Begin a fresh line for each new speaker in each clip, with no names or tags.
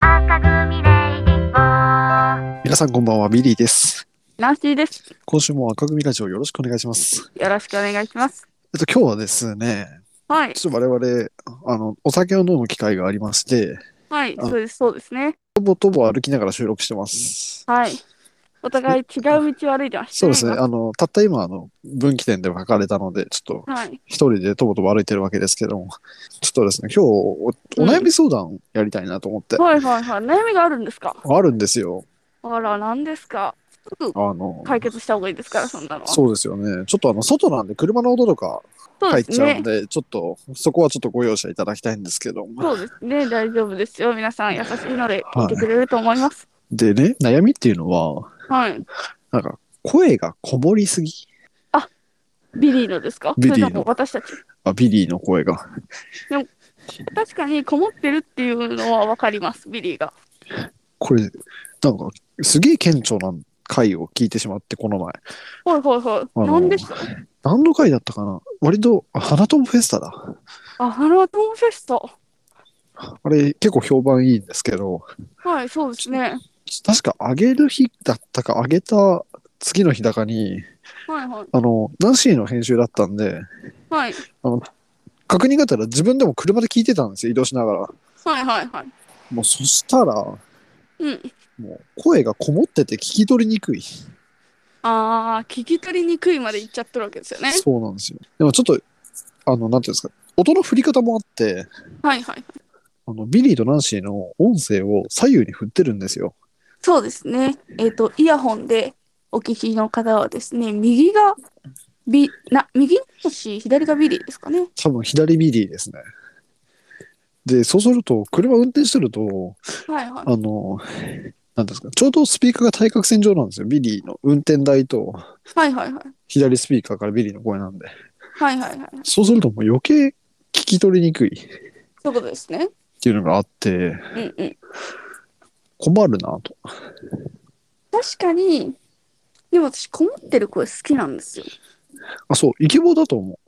なぐみレイディオ
皆さんこんばんは、ビリーです。
ナンシーです。
今週も赤組ラジオよろしくお願いします。
よろしくお願いします。
えっと、今日はですね、
はい、
ちょっと我々、あの、お酒を飲む機会がありまして、
はい、
あ
そうです、そうですね。
とぼとぼ歩きながら収録してます。
はい。お互い違う道を歩いてました
そうですね、あの、たった今、あの、分岐点で分かれたので、ちょっと
今はい。
一人でとぼとぼ歩いてるわけですけども、ちょっとですね、今日お、お悩み相談やりたいなと思って、
はいはいはい。悩みがあるんですか
あるんですよ。
あら、何ですかすぐ
あの、
解決した方がいいですから、そんなのは。
そうですよね。ちょっとあの、外なんで車の音とか
そう
入っ
です
ちゃうん
ね。
で、ちょっと、そこはちょっとご容赦いただきたいんですけども。
そうですね。大丈夫ですよ。皆さん優しいので
はい
聞いてくれると思います。
でね、悩みっていうのは、
はい。
なんか、声がこもりすぎ。
ビリーのですか
ビリーの
それとも私たち。
あ、ビリーの声が。
確かにこもってるっていうのはわかります、ビリーが。
これ、なんか、すげえ顕著な回を聞いてしまって、この前。
はいはいはい。
の
何でした
何の回だったかな割と、あ花友フェスタだ。
あ、ハロートンフェスタ。
あれ、結構評判いいんですけど、
はい、そうですね。はい
確かあげる日だったか、あげた次の日だかに、
はい。
あの、ナンシーの編集だったんで、
はい。
確認があったら自分でも車で聞いてたんですよ、移動しながら。
はいはいはい。
もうそしたら、も
うん。
う声がこもってて聞き取りにくい。
ああ、聞き取りにくいまで行っちゃってるわけですよね。
そうなんですよ。でもちょっと、あの、なんていうんですか、音の振り方もあって、
はいはい。
あの、ビリーとナンシーの音声を左右に振ってるんですよ。
そうですね。えっ、と、イヤホンでお聞きの方はですね、右がビ、な、右のし、左がビリーですかね。
多分左ビリーですね。で、そうすると、車運転してると、
はいはい。
あの、なんていうんですか、ちょうどスピーカーが対角線上なんですよ。ビリーの運転台と、
はいはいはい。
左スピーカーからビリーの声なんで。
はいはいはい。
そうするともう余計聞き取りにくいっ
そういうことですね。
ていうのがあって、
うんうん。
困るなと。
確かに、でも私、こもってる声好きなんですよ。
あ、そう、イケボだと思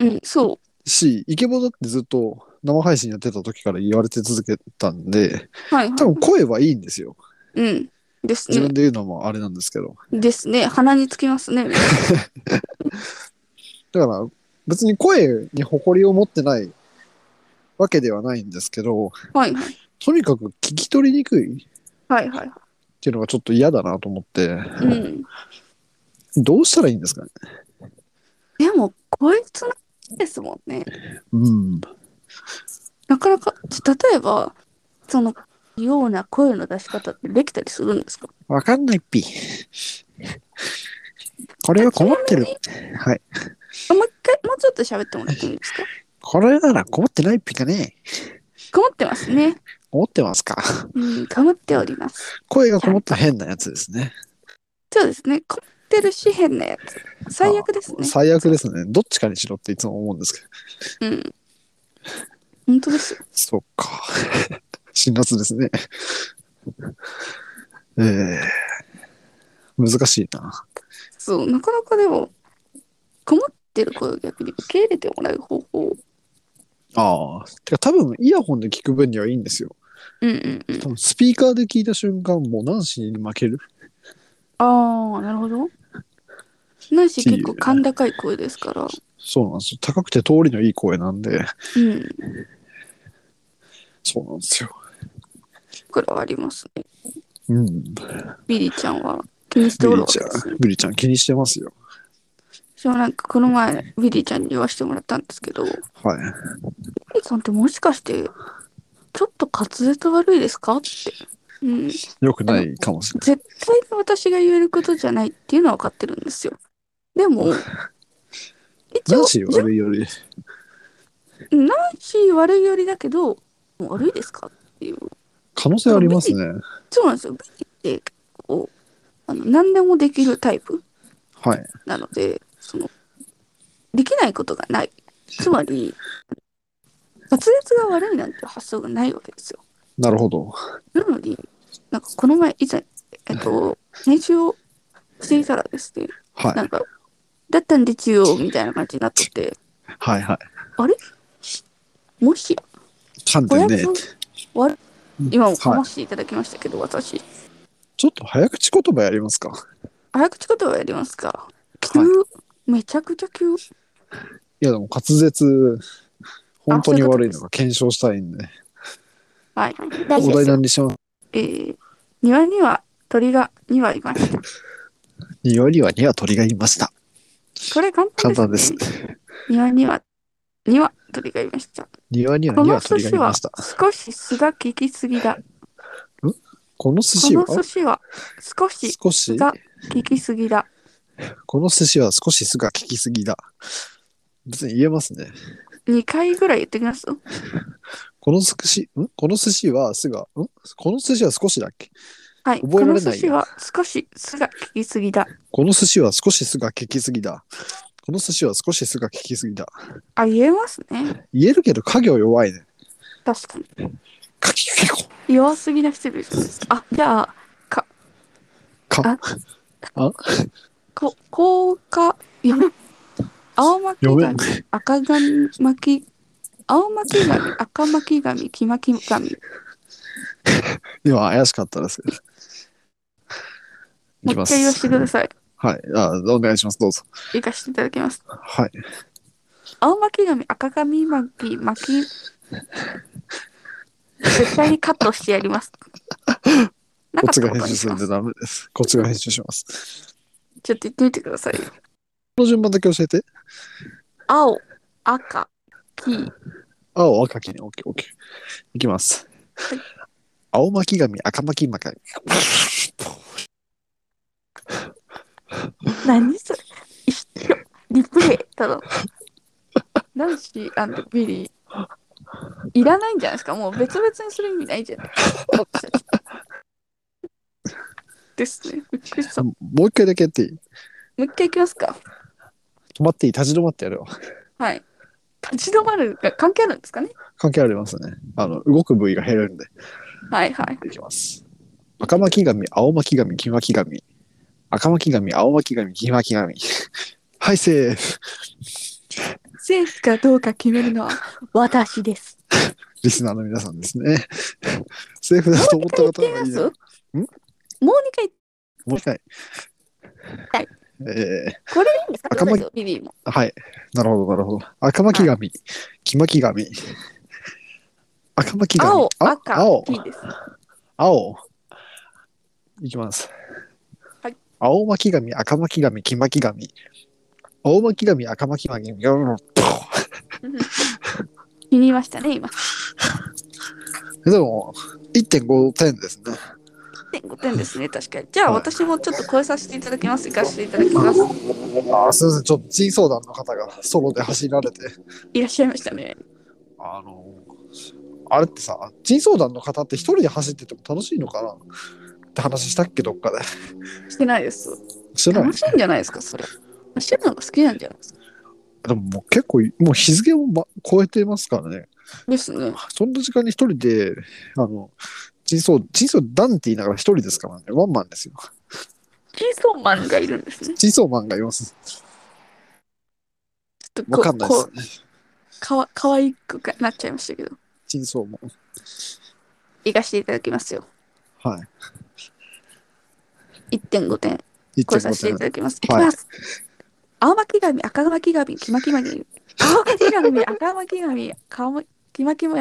う。
うん、そ
し、イケボだってずっと生配信やってた時から言われて続けたんで、
う。はい
多
は
分声はいいんですよ。
い。うん。です
自
ね
分。で言うのもあれなんですけど。
ですね。鼻につきますね。
だから別に声に誇りを持ってないわけではないんですけど、
はいはい。
とにかく聞き取りにくいっ
はいはい。
ていうのがちょっと嫌だなと思って、
うん。
どうしたらいいんですかね。
でも、こいつのですもんね。
うん。
なかなか、例えば、その、ような声の出し方ってできたりするんですか
わかんないっぴ。これは困ってる。はい。
あもう一回、もうちょっと喋ってもらってもいいですか
これなら困ってないっぴかね。
こもってますね。
思ってますか。
うん、かもっております。
声がこもった変なやつですね。
そうですね。こもってるし、変なやつ。最悪ですね。
最悪ですね。どっちかにしろっていつも思うんですけど。
うん。本当ですよ。
そっか。 辛辣ですね。ええ難しいな。
そう、なかなかでも、こもってる声を逆に受け入れてもらう方法。
ああ。てか多分イヤホンで聞く分にはいいんですよ。
うんうんうん。
多分スピーカーで聞いた瞬間、もうナンシーに負ける。
ああ、なるほど。ないし、結構、甲高い声ですから。
そうなんですよ。高くて通りのいい声なんで、
うん。
そうなんですよ。
これはありますね。
うん。
ビリーちゃんは気にして
ビ
お
リー
るわけ
ちゃ
ですね
ん、。ビリーちゃん気にしてますよ。
私もなんかこの前ビリーちゃんに言わせてもらったんですけど、ビリ
はい。
ーさんってもしかしてちょっと滑舌悪いですかって。うん、絶
よくないかもしれ
対に私が言えることじゃないっていうのは分かってるんですよ。でも、一
ない。ナ
応
ン、シー悪いより、
ナンシー悪いよりだけど、もう悪いですかっていう。
可能性ありますね。
そうなんですよ。ビリーって結構あの何でもできるタイプ
はい。
なので、その、できないことがない。つまり、滑舌が悪いなんて発想がないわけですよ。
なるほど。
なのに、なんかこの前、以前、えっと、練習をしていたらですね、
はい。
なんか、だったんで中央みたいな感じになってて、
はいはい。
もし、
噛ん
お
で
や
ね
つ。悪今もか
は
ま
い、
していただきましたけど、私。
ちょっと早口言葉やりますか。
早口言葉やりますか急、
はい
めちゃくちゃ急。
いやでも滑舌本当に悪いのが検証したいんで
はい。
お
大丈夫
題
ですよ。
何にします
えー、庭には鳥が2羽いま した。
2割は2は鳥がいました
これ簡単
簡
です、ね。
単 です
庭には、には鳥がいました。
2割には2は鳥がいました
少し酢が効きすぎだ。
この寿
こ
司は
の寿司は少し
少
酢
し
が効きすぎだ。
この寿司は少し酢が効きすぎだ別に言えますね
2回ぐらい言ってきます
この寿司んこの寿司は酢がんこの寿司は少しだっけ
はい。
覚
こ
えら
の
れないよ
寿司は少し酢が効きすぎだ。
この寿司は少し酢が効きすぎだこの寿司は少し酢が効きすぎだ
あ、言えますね。
言えるけど家業弱いね
確かに。
かきかきこ
弱すぎな人です。あ、じゃあ、
か
こ、こうか、やばい青巻
読め
紙、赤紙巻き、青巻 紙、赤巻紙、黄巻紙。
今怪しかったですい
も
き
う
ま
一回言わせ
す
てください。
はいあお願いしますどうぞ
行かせていただきます。
はい
青巻紙、赤紙巻き、巻 き。絶対にカットしてやり ます。な
こっ
かった
ち
こ
が編
とに
集
し
す
ま
るんで
す。
ダメです。こっちが編集します。
ちょっと言ってみてください。
この順番だけ教えて。
青、赤、黄。
青、赤、黄ね。オッケー、オッケー。いきます。
はい
青巻紙、赤巻巻紙。
何それ一緒リプレイただナンシービリーいらないんじゃないですかもう別々にする意味ないじゃない私たちですねびっくりしたも
もう一回だけやっていい。
う一回いきますか
止まっていい。立ち止まってやるよ。
はい立ち止まるが関係あるんですかね
関係ありますね。あの、動く部位が減るんで。
はいはい
いきます。赤巻紙、青巻紙、黄巻紙。赤巻紙、青巻紙、黄巻紙。はい、セーフ。
セーフかどうか決めるのは私です
リスナーの皆さんですね。セーフだと思った
もう一
方
回言
は
っ
い
て
い
み
な
ます
ん
もう二回
もう一回。
はい。
えー、
これでいいんですか
赤巻
ビリーも
はい。なるほど、なるほど。赤巻紙、黄巻紙。赤巻紙。
青
あ
赤
青、
黄です
青。いきます。
はい。
青巻紙、赤巻紙、黄巻紙。青巻紙、赤巻紙。
気に入りましたね今
でも、1.5点ですね。
1.5点ですね、確かに。じゃあ、
はい
私もちょっと超えさせていただきます。行かせていただきます。
あーすいません、ちょっと G 相談の方がソロで走られて。
いらっしゃいましたね。
あのあれってさ、G 相談の方って一人で走ってても楽しいのかなって話したっけ、どっかで。
してないです。
してない
楽しいんじゃないですか、それ。してるのが好きなんじゃないですか。
でももう結構、もう日付も、ま、超えてますからね。
ですね。
そんな時間に一人で、あの、人相、人相ダンって言いながら一人ですからね。ワンマンですよ。
キーソーマンがいるんですね。
人相マンがいます。
ちょっと
わかんないで
こ
すね。
うかわ、かわいくなっちゃいましたけど。
人相マン。
行かせていただきますよ。
は
1.5点。
い。
超えさせて
1.5
いた
点。
だきます。いき
はい
ます。青巻紙、赤巻紙、黄巻紙。青巻紙、赤巻紙、顔巻黄巻紙。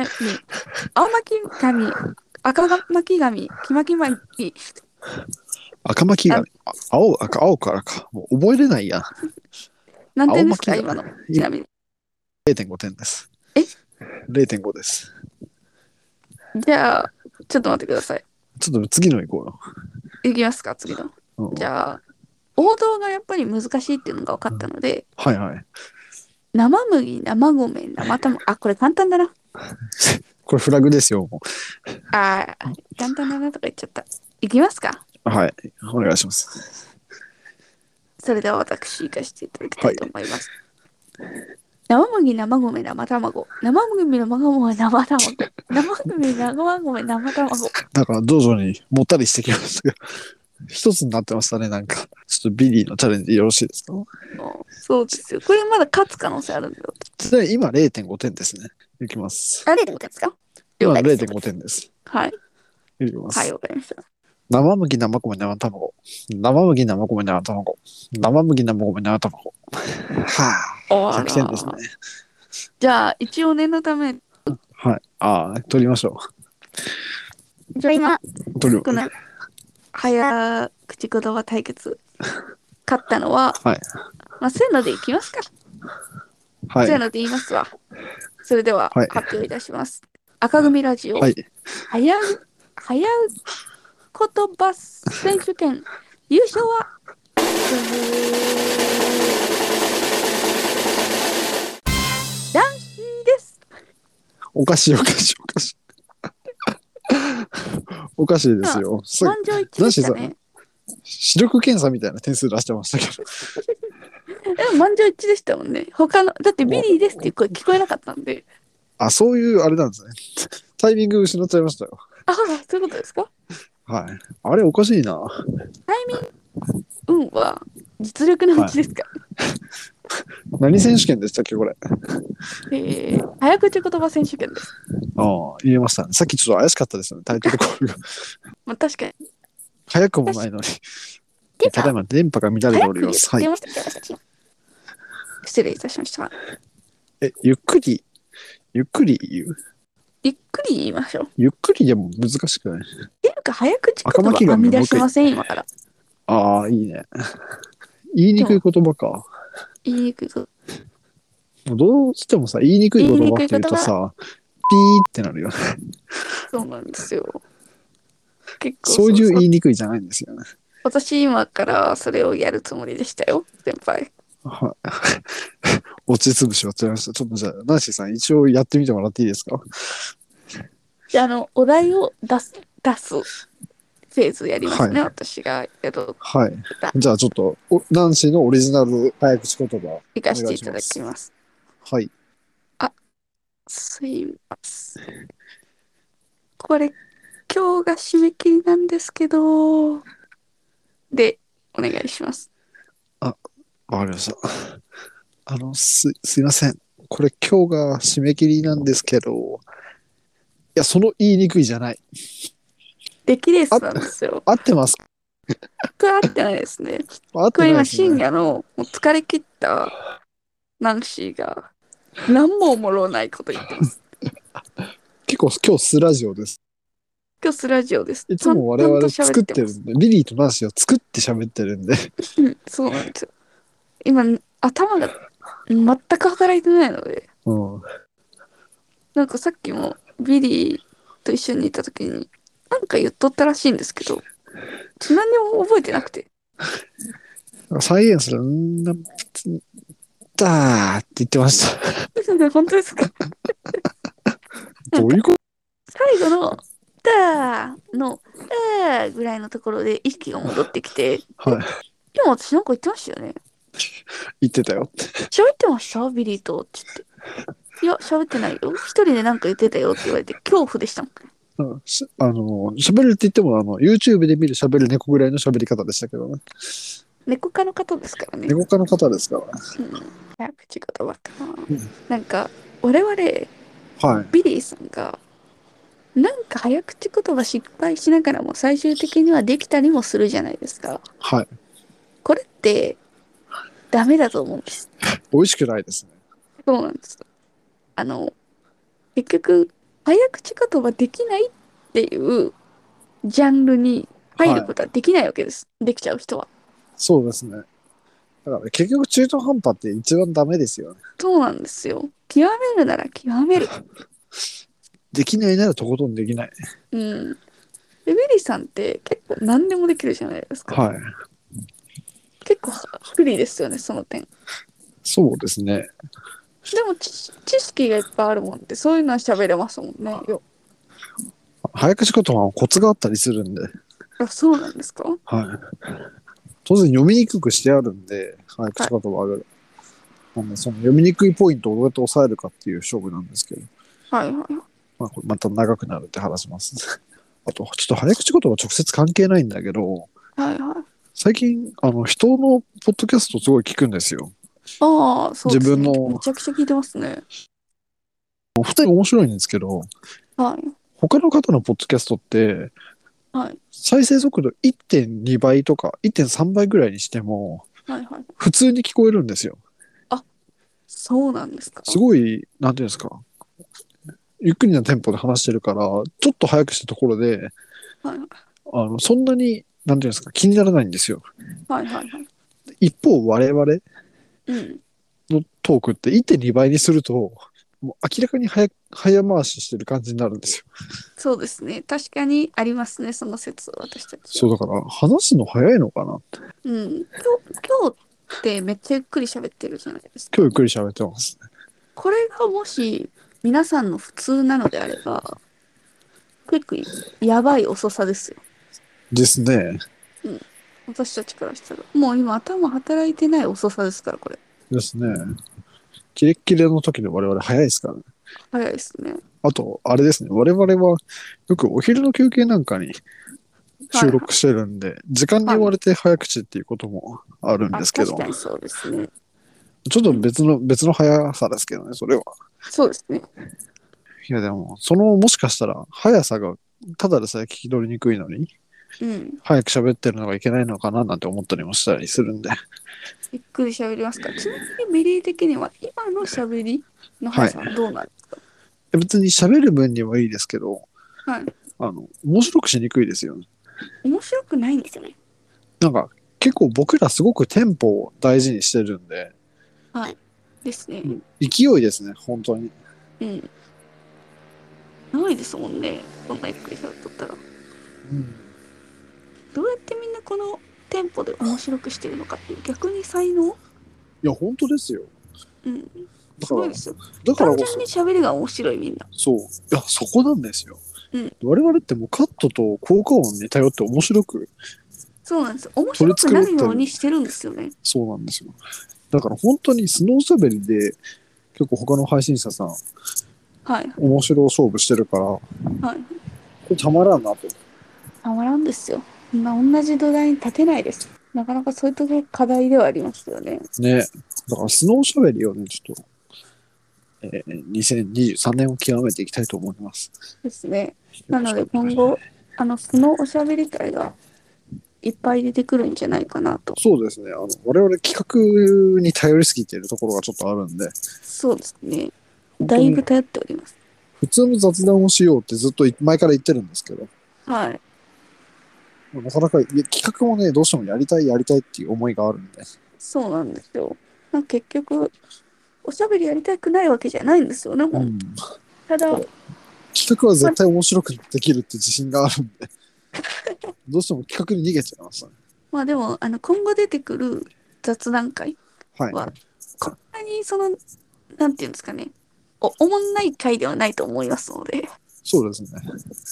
青巻紙、赤巻紙、黄巻紙。
赤巻が、あ青、赤、青からか。もう覚えれないやん。
何点ですか
青巻
今のちなみに
0.5点です。
え
?0.5 です。
じゃあちょっと待ってください
ちょっと次の行こうよ。
いきますか次の
うん
じゃあ王道がやっぱり難しいっていうのが分かったので
はいはい。
生麦生米生卵あこれ簡単だな
これフラグですよ。も
あー簡単だなとか言っちゃったいきますか
うはい。お願いします。
それでは私行かせていただきたいと思います、生麦生米生卵生麦生米生卵生麦生米生卵
だから徐々にもったりしてきましたが、一つになってましたね、なんか。ちょっとビリーのチャレンジよろしいですか
のそうですよこれまだ勝つ可能性あるんだよ
ちなみに今0.5点ですね。いきます。
あれでございますか
今
了解です
0.5点です。
はい。
入れます。
はい、わかりました。
生麦、生米、生卵。生麦、生米、生卵。生麦、生米、生卵。は
お
あ、
ら
100点ですね。
じゃあ、一応念のため、
はい。ああ、取りましょ
じゃあ今、
う。取る。
この早口言葉対決、勝ったのは、
はい
まあ、せーのでいきますか。
はい
せー。ので言いますわ。それでは、
はい
発表いたします。赤組ラジオ、
はい。
早う、早う言葉選手権、優勝は、男子です。
おかしい、おかしい、おかしい。 おかしいですよ。す
満場一致でしたね。
視力検査みたいな点数出してましたけど。
でも満場一致でしたもんね。他の、だってビリーですっていう声聞こえなかったんで。
あ、そういうあれなんですね。タイミング失っちゃいましたよ。
ああ、そういうことですか
はい。あれ、おかしいな。
タイミング、運は実力のうちですか、
何選手権でしたっけ、これ。あ
えー、早口言葉選手権です。
あ、言えましたね。さっきちょっと怪しかったですよね。タイトルコー ルが。
まあ確かに。
早くもないのに。ただいま電波が乱れて
早
お
く
り
言
ま
っ
す。は
て
い。
ました、言ってました失礼いたしました。
え、ゆっくり、ゆっくり言う。
ゆっくり言いましょう。っ
ゆっくりでも難しくない。
ていうか、早口言
赤
葉
巻紙
はみ出し
もう一回
ません、今から。
ああ、いいね。 言いにくい言葉か。
言いにくいこと。
もうどうしてもさ、言いにくい言葉って言うと
言
さ、ピーってなるよね。
そうなんですよ。結構
そういう
そう
言いにくいじゃないんですよね。
私今からそれをやるつもりでしたよ、先輩。
はい。落ち潰しをちゃいました。ちょっとじゃあ、ナンシーさん、一応やってみてもらっていいですか
じゃあ、あの、お題を出す、出すフェーズやりますね、
は
私がやろう
はい
だ。
じゃあ、ちょっと、おナンシーのオリジナル早口言葉。
行かせていただきます。
はい。
すいません。これ、今日が締め切りなんですけど、で、お願いします。
わかりました。あの、す、すいません。これ今日が締め切りなんですけど、いや、その言いにくいじゃない。
出来レースなんですよ。
合ってます。
僕は合ってないですね。
合っ
僕
てな
は
い
今、
です、
深
ね。
夜のもう疲れ切ったナンシーが、何もおもろないこと言ってます。
結構今日スラジオです。
今日スラジオです。
いつも我
淡々
々
と
作
喋
って
ま
る
す
んで、リリーとナンシーは作って喋ってるんで、
うん、そうなんですよ。今、頭が全く働いてないので、
うん。
なんかさっきもビリーと一緒にいた時に、なんか言っとったらしいんですけど、何にも覚えてなくて、
再現するんーな、だーって言ってました。
本当ですか
どういうこと
最後の、だーの、だーぐらいのところで意識が戻ってきて、
はい。
今私なんか言ってましたよね。
言ってたよ。
喋ってましたビリーと。って言って。いや、喋ってないよ。一人でなんか言ってたよって言われて、恐怖でしたもん。
うんしあの、喋るって言っても、あの、YouTube で見る喋る猫ぐらいの喋り方でしたけどね。
猫科の方ですからね。
猫科の方ですからね。
うん、早口言葉かな、なんか我々
はい。
ビリーさんがなんか早口言葉失敗しながらも最終的にはできたりもするじゃないですか
はい。
これってダメだと思うんです
美味しくないですね。
そうなんですあの結局早口言葉できないっていうジャンルに入ることはできないわけです、できちゃう人は
そうですね。だから結局中途半端って一番ダメですよね。
そうなんですよ極めるなら極める
できないならとことんできない。
うん。で、ウィリーさんって結構何でもできるじゃないですか。
はい。
結構不利ですよね、その点。で
そうですね。
も知、知識がいっぱいあるもんって、そういうのは喋れますもんね。よ
早口言葉はコツがあったりするんで。
あそうなんですか
はい。当然読みにくくしてあるんで、早口言葉はある。なんでその読みにくいポイントをどうやって抑えるかっていう勝負なんですけど、
はいはいはい。
まあ、これまた長くなるって話します。 あと、ちょっと早口言葉直接関係ないんだけど、
はいはい。
最近、あの、人のポッドキャストすごい聞くんですよ。
ああ、そうです
自
ね
分の
めちゃくちゃ聞いてますね。
お二人面白いんですけど、
はい。
他の方のポッドキャストって、
はい
再生速度1.2倍とか1.3倍ぐらいにしても、
はいはい。
普通に聞こえるんですよ。
そうなんですか。
すごい、なんていうんですか。ゆっくりなテンポで話してるから、ちょっと早くしたところで、
はい
あの、そんなに、なんていうんですか、気にならないんですよ。
はいはいはい。
一方、我々
うん。
のトークって1.2倍にすると、もう明らかに早く早回ししてる感じになるんですよ。
そうですね。確かにありますね、その説私たち。
そうだから、話すの早いのかな
うん。今日、今日ってめっちゃゆっくり喋ってるじゃないですか。
今日ゆっくり喋ってます。
これがもし皆さんの普通なのであれば、結構やばい遅さですよ。
ですね。
私たちからしたら。もう今頭働いてない遅さですから、これ。
ですね。キレッキレの時で我々早いですからね。
早いですね。
あと、あれですね。我々はよくお昼の休憩なんかに収録してるんで、時間に追われて早口っていうこともあるん
あ
ですけど、
確かにそうですね。
ちょっと別の、別の早さですけどね、それは。
そうですね。
いやでも、そのもしかしたら速さがただでさえ聞き取りにくいのに、
うん。
早く喋ってるのがいけないのかななんて思ったりもしたりするんで。
ゆっくり喋りますから。ちなみにメリー的には今の喋りの速さはどうなんですか、
別に喋る分にはいいですけど、
はい
あの、面白くしにくいですよね。
面白くないんですよね。
なんか、結構僕らすごくテンポを大事にしてるんで、
ですね。
勢いですね、本当に。
うん。ないですもんね。こんなゆっくり喋っとったら。どうやってみんなこのテンポで面白くしてるのかっていう逆に才能
いや、本当ですよ。
うん。
だ
す
か
ごい
ら
で、すよ。
だから
単
こ
純に喋りが面白いみんな。
そ、そう。いや、そこなんですよ。
うん
我々ってもうカットと効果音に頼って面白く、
そうなんです。面白く
取
な
り繕
る
ってる
ようにしてるんですよね。
そうなんですよ。だから本当にスノー喋りで、結構他の配信者さん、
はい。
面白勝負してるから、こ
はい。
れたまらんなと。
たまらんですよ。そんな同じ土台に立てないです。なかなかそういうところ課題ではありますよね。
ね。だからスノー喋りをね、ちょっと、えー、2023年を極めていきたいと思います。
ですね。なので今後、あの、そのおしゃべり会がいっぱい出てくるんじゃないかなと。
そうですね。あの、我々企画に頼りすぎてるところがちょっとあるんで、
そうですね。だいぶ頼っております。
普通の雑談をしようってずっと前から言ってるんですけど、
はい。
なかなかいや企画もね、どうしてもやりたいやりたいっていう思いがあるんで、
そうなんですよ。なんか結局、おしゃべりやりたくないわけじゃないんですよね、もう。ただ、
企画は絶対面白くできるって自信があるんで、どうしても企画に逃げちゃいましたね。
まあでも、あの、今後出てくる雑談会、
はい。
わこんなにその、なんていうんですかね、お、おもんない回ではないと思いますので、
そうです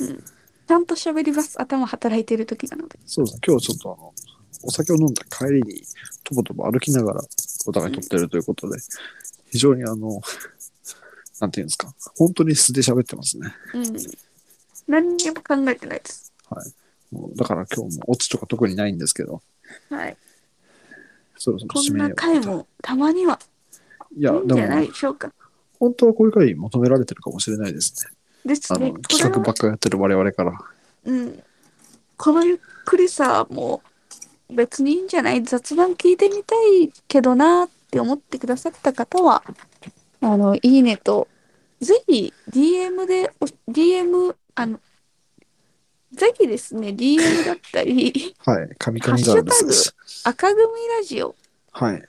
ね。
ちゃんと喋ります、頭働いてる時なので。
そうですね。今日ちょっとあの、お酒を飲んだ帰りに、とぼとぼ歩きながらお互い撮ってるということで、非常にあの、なんていうんですか、本当に素で喋ってますね。
うん。何にも考えてないです。
もうだから今日もオチとか特にないんですけど、
はい。
そろそろ
こ
締
ん
めよ
な
う
回もたまにはいい
や、
いんじ
で
ゃな
も
い、でしょうか。
本当はこういう回求められてるかもしれないですね。
です
あ
ね。
の
こ、れ
企画ば
は
っ、かやってる我々から。
うん。このゆっくりさもう別にいいんじゃない雑談聞いてみたいけどなって思ってくださった方は、あの、いいねと、ぜひ DM で、お DM、あの、ぜひですね、DM だったり、
はい。神々沢で
ハッシ
す。
赤組ラジオ
はい。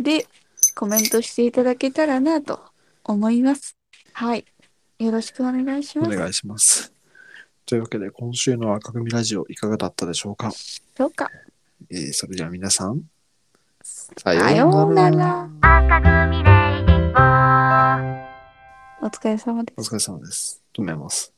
でコメントしていただけたらなと思います。はい。よろしくお願いし
お
ます。
願いします。というわけで、今週の赤組ラジオいかがだったでしょうか、
どうか。
えーそれでは皆さん、さ
さ
よ
よ
う
う
な
な
ら
ら。
赤組レイディオ
お疲れ様です
お疲れ様です。止めます。